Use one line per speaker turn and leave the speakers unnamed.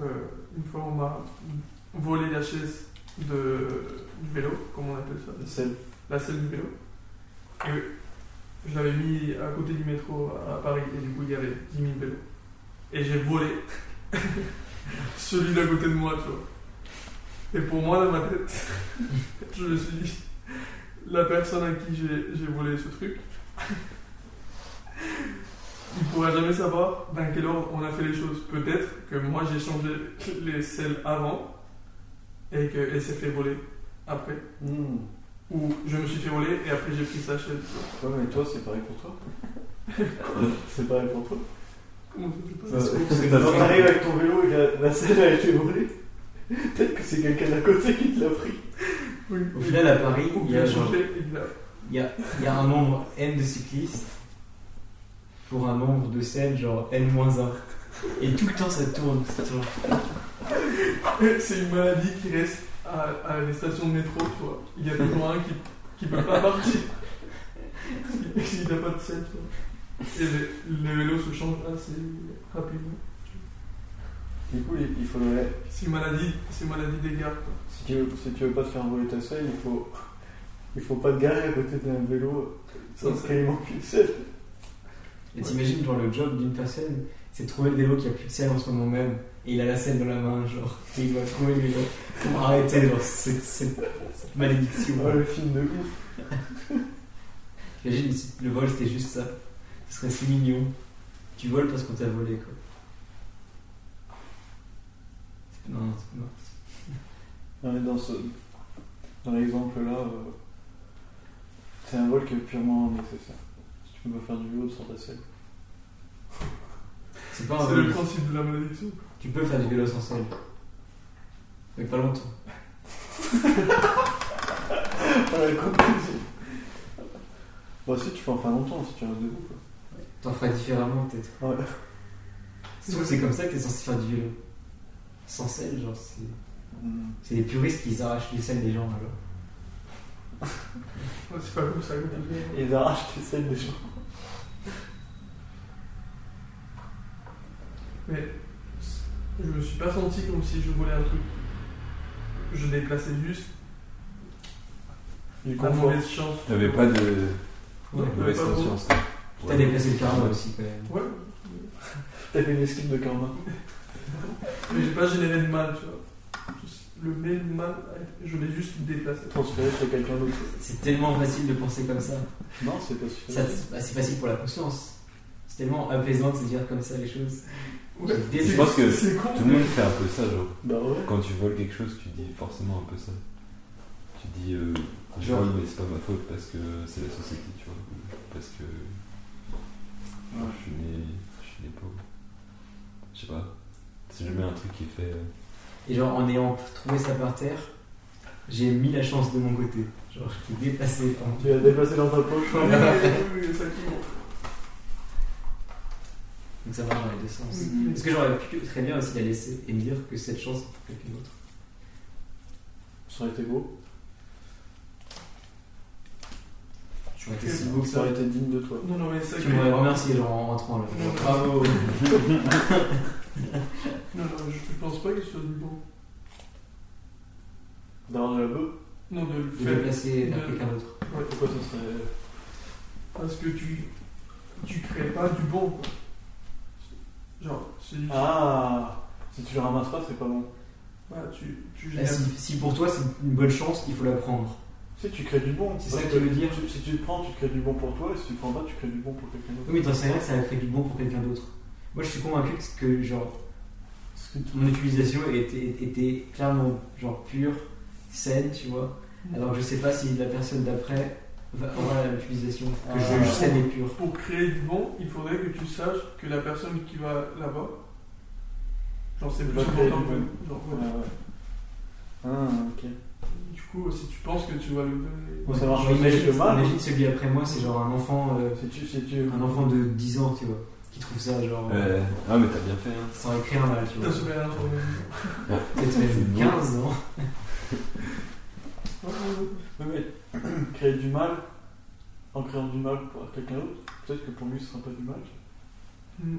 Euh, fois, on m'a volé la chaise de, du vélo, comme on appelle ça,
La selle.
la selle du vélo. Et je l'avais mis à côté du métro à Paris, et du coup, il y avait 10 000 vélos. Et j'ai volé celui d'à côté de moi, tu vois. Et pour moi, dans ma tête, je me suis dit, la personne à qui j'ai j'ai volé ce truc, il pourra jamais savoir dans quel ordre on a fait les choses. Peut-être que moi j'ai changé les selles avant et qu'elle s'est fait voler après.
Hmm.
Ou je me suis fait voler et après j'ai pris sa chaise.
Ouais, mais toi, c'est pareil pour toi. c'est pareil pour toi.
Comment ça s'est passé
Euh,
se trouve, c'est
Quand
pareil.
t'arrives avec ton vélo et la, la selle a été volée, peut-être que c'est quelqu'un d'à côté qui te l'a pris.
Oui.
Euh, Au final, à Paris,
Ou
il
qu'il
y a,
a
genre-
changé et qu'il a-
il y a- il y a un nombre N de cyclistes pour un nombre de selles, genre N-1. Et tout le temps, ça tourne. ça tourne.
C'est une maladie qui reste à, à les stations de métro, tu vois. Il y a toujours un qui, qui peut pas partir. Il n'a pas de selle, tu vois. Et le, le vélo se change assez rapidement.
Du coup, il, il faudrait.
C'est une maladie, c'est une maladie des gares, quoi.
Si tu, veux, si tu veux pas te faire voler ta selle, il faut. Il faut pas te garer à côté d'un vélo sans
Ça,
qu'il manque une selle.
Et t'imagines, genre, le job d'une personne, c'est de trouver le vélo qui a plus de selle en ce moment même. Et il a la selle dans la main, genre. Et il doit trouver le vélo pour arrêter, genre, cette, cette- cette malédiction.
Oh, le film de ouf.
T'imagines si le vol, c'était juste ça. Ce serait si mignon. Tu voles parce qu'on t'a volé, quoi. C'est- Non, non, c'est- non.
Non, mais dans ce. Dans l'exemple là, euh, c'est un vol qui est purement nécessaire. Si tu peux pas faire du vélo sans ta selle.
C'est pas un
C'est
vol.
le principe de la malédiction.
Tu peux faire du vélo sans selle. Mais pas longtemps.
Ah, la conclusion. Bah si, tu peux en faire longtemps si tu restes debout. Quoi.
T'en feras différemment, peut-être.
Ouais.
Je trouve que c'est comme ça que t'es censé faire du vélo. Sans selle, genre, c'est.
Hmm.
C'est les puristes qui arrachent les selles des gens, alors.
Ouais, C'est pas comme ça que tu fais.
Et ils arrachent les selles des gens.
Mais je me suis pas senti comme si je volais un truc. Je déplaçais juste
Du
la
confort.
mauvaise chance.
T'avais pas de
Ouais.
mauvaise
Pas bon.
conscience.
T'as déplacé le karma aussi, quand même.
Ouais,
T'as fait une esquive de karma.
mais j'ai pas généré de mal, tu vois. Juste Le même mal, je l'ai juste déplacé.
Transféré chez quelqu'un d'autre.
C'est tellement facile de penser comme ça.
Non, c'est pas
Ça,
suffisant.
c'est bah, c'est facile pour la conscience. C'est tellement apaisant de se dire comme ça les choses.
Ouais.
Je
C'est-
pense que
c'est con.
Tout le monde fait un peu ça, genre.
Bah ouais.
Quand tu voles quelque chose, tu dis forcément un peu ça. Tu dis, euh, je
Genre.
vole, mais c'est pas ma faute parce que c'est la société, tu vois. Parce que
Ouais.
je suis né, je suis né pauvre. Je sais pas. C'est jamais un truc qui est fait. euh,
Et genre, en ayant trouvé ça par terre, j'ai mis la chance de mon côté. Genre, je t'ai dépassé. hein. en-
Tu l'as déplacé dans ta poche.
Oui, oui, oui, oui, ça qui
Donc ça marche dans les deux sens.
Mhm.
Parce que j'aurais pu très bien aussi la laisser et me dire que cette chance est pour quelqu'un d'autre.
Ça aurait été beau.
J'aurais été si beau que
Ça
ça.
aurait été digne de toi.
Non, non, mais ça
Tu
qui-
m'aurais remercié genre en rentrant là.
Non, non.
Bravo.
Non, non, je je pense pas qu'il soit du bon.
D'avoir de la bœuf.
Non, de le
De
faire.
déplacer vers
de-
quelqu'un d'autre.
Ouais.
Pourquoi ça serait.
Parce que tu, tu crées pas du bon. Quoi. Genre, c'est du-
Ah Si tu le ramasses pas, c'est pas bon.
voilà, tu, tu
Là,
génères.
Ah, Eh, si, si pour toi c'est une bonne chance, il faut la prendre.
Si tu crées du bon.
C'est
Parce
ça que tu veux dire
tu- Si tu le prends, tu crées du bon pour toi. Et si tu le prends pas, tu crées du bon pour quelqu'un d'autre.
Oui, mais dans ces règles, ça a créé du bon pour quelqu'un d'autre. Moi, je suis convaincu que- que genre
Parce que tu-
mon utilisation était, était clairement genre pure, saine, tu vois. Alors que je sais pas si la personne d'après va aura la même utilisation que je
Ah.
juge saine et pure.
Pour créer du bon, il faudrait que tu saches que la personne qui va là-bas, genre, c'est plus
Va créer
important
du
que.
bon.
Genre,
Ouais,
ouais.
ouais. Ah, ok.
Du coup, si tu penses que tu vas lui donner.
Bon, ça marche
Genre,
aussi avec
imagine,
le mal.
imagine celui après moi, c'est genre un enfant, euh,
Si tu. Si tu...
un enfant de 10 ans, tu vois, qui trouve ça genre.
Euh, ah, mais t'as bien fait, hein.
Ça aurait créé un mal, tu vois.
T'as sauvé la journée.
Peut-être même
beau.
15 ans.
Ouais, ouais, ouais.
Oui, mais créer du mal en créant du mal pour quelqu'un d'autre, peut-être que pour lui ce sera pas du mal.
Mm.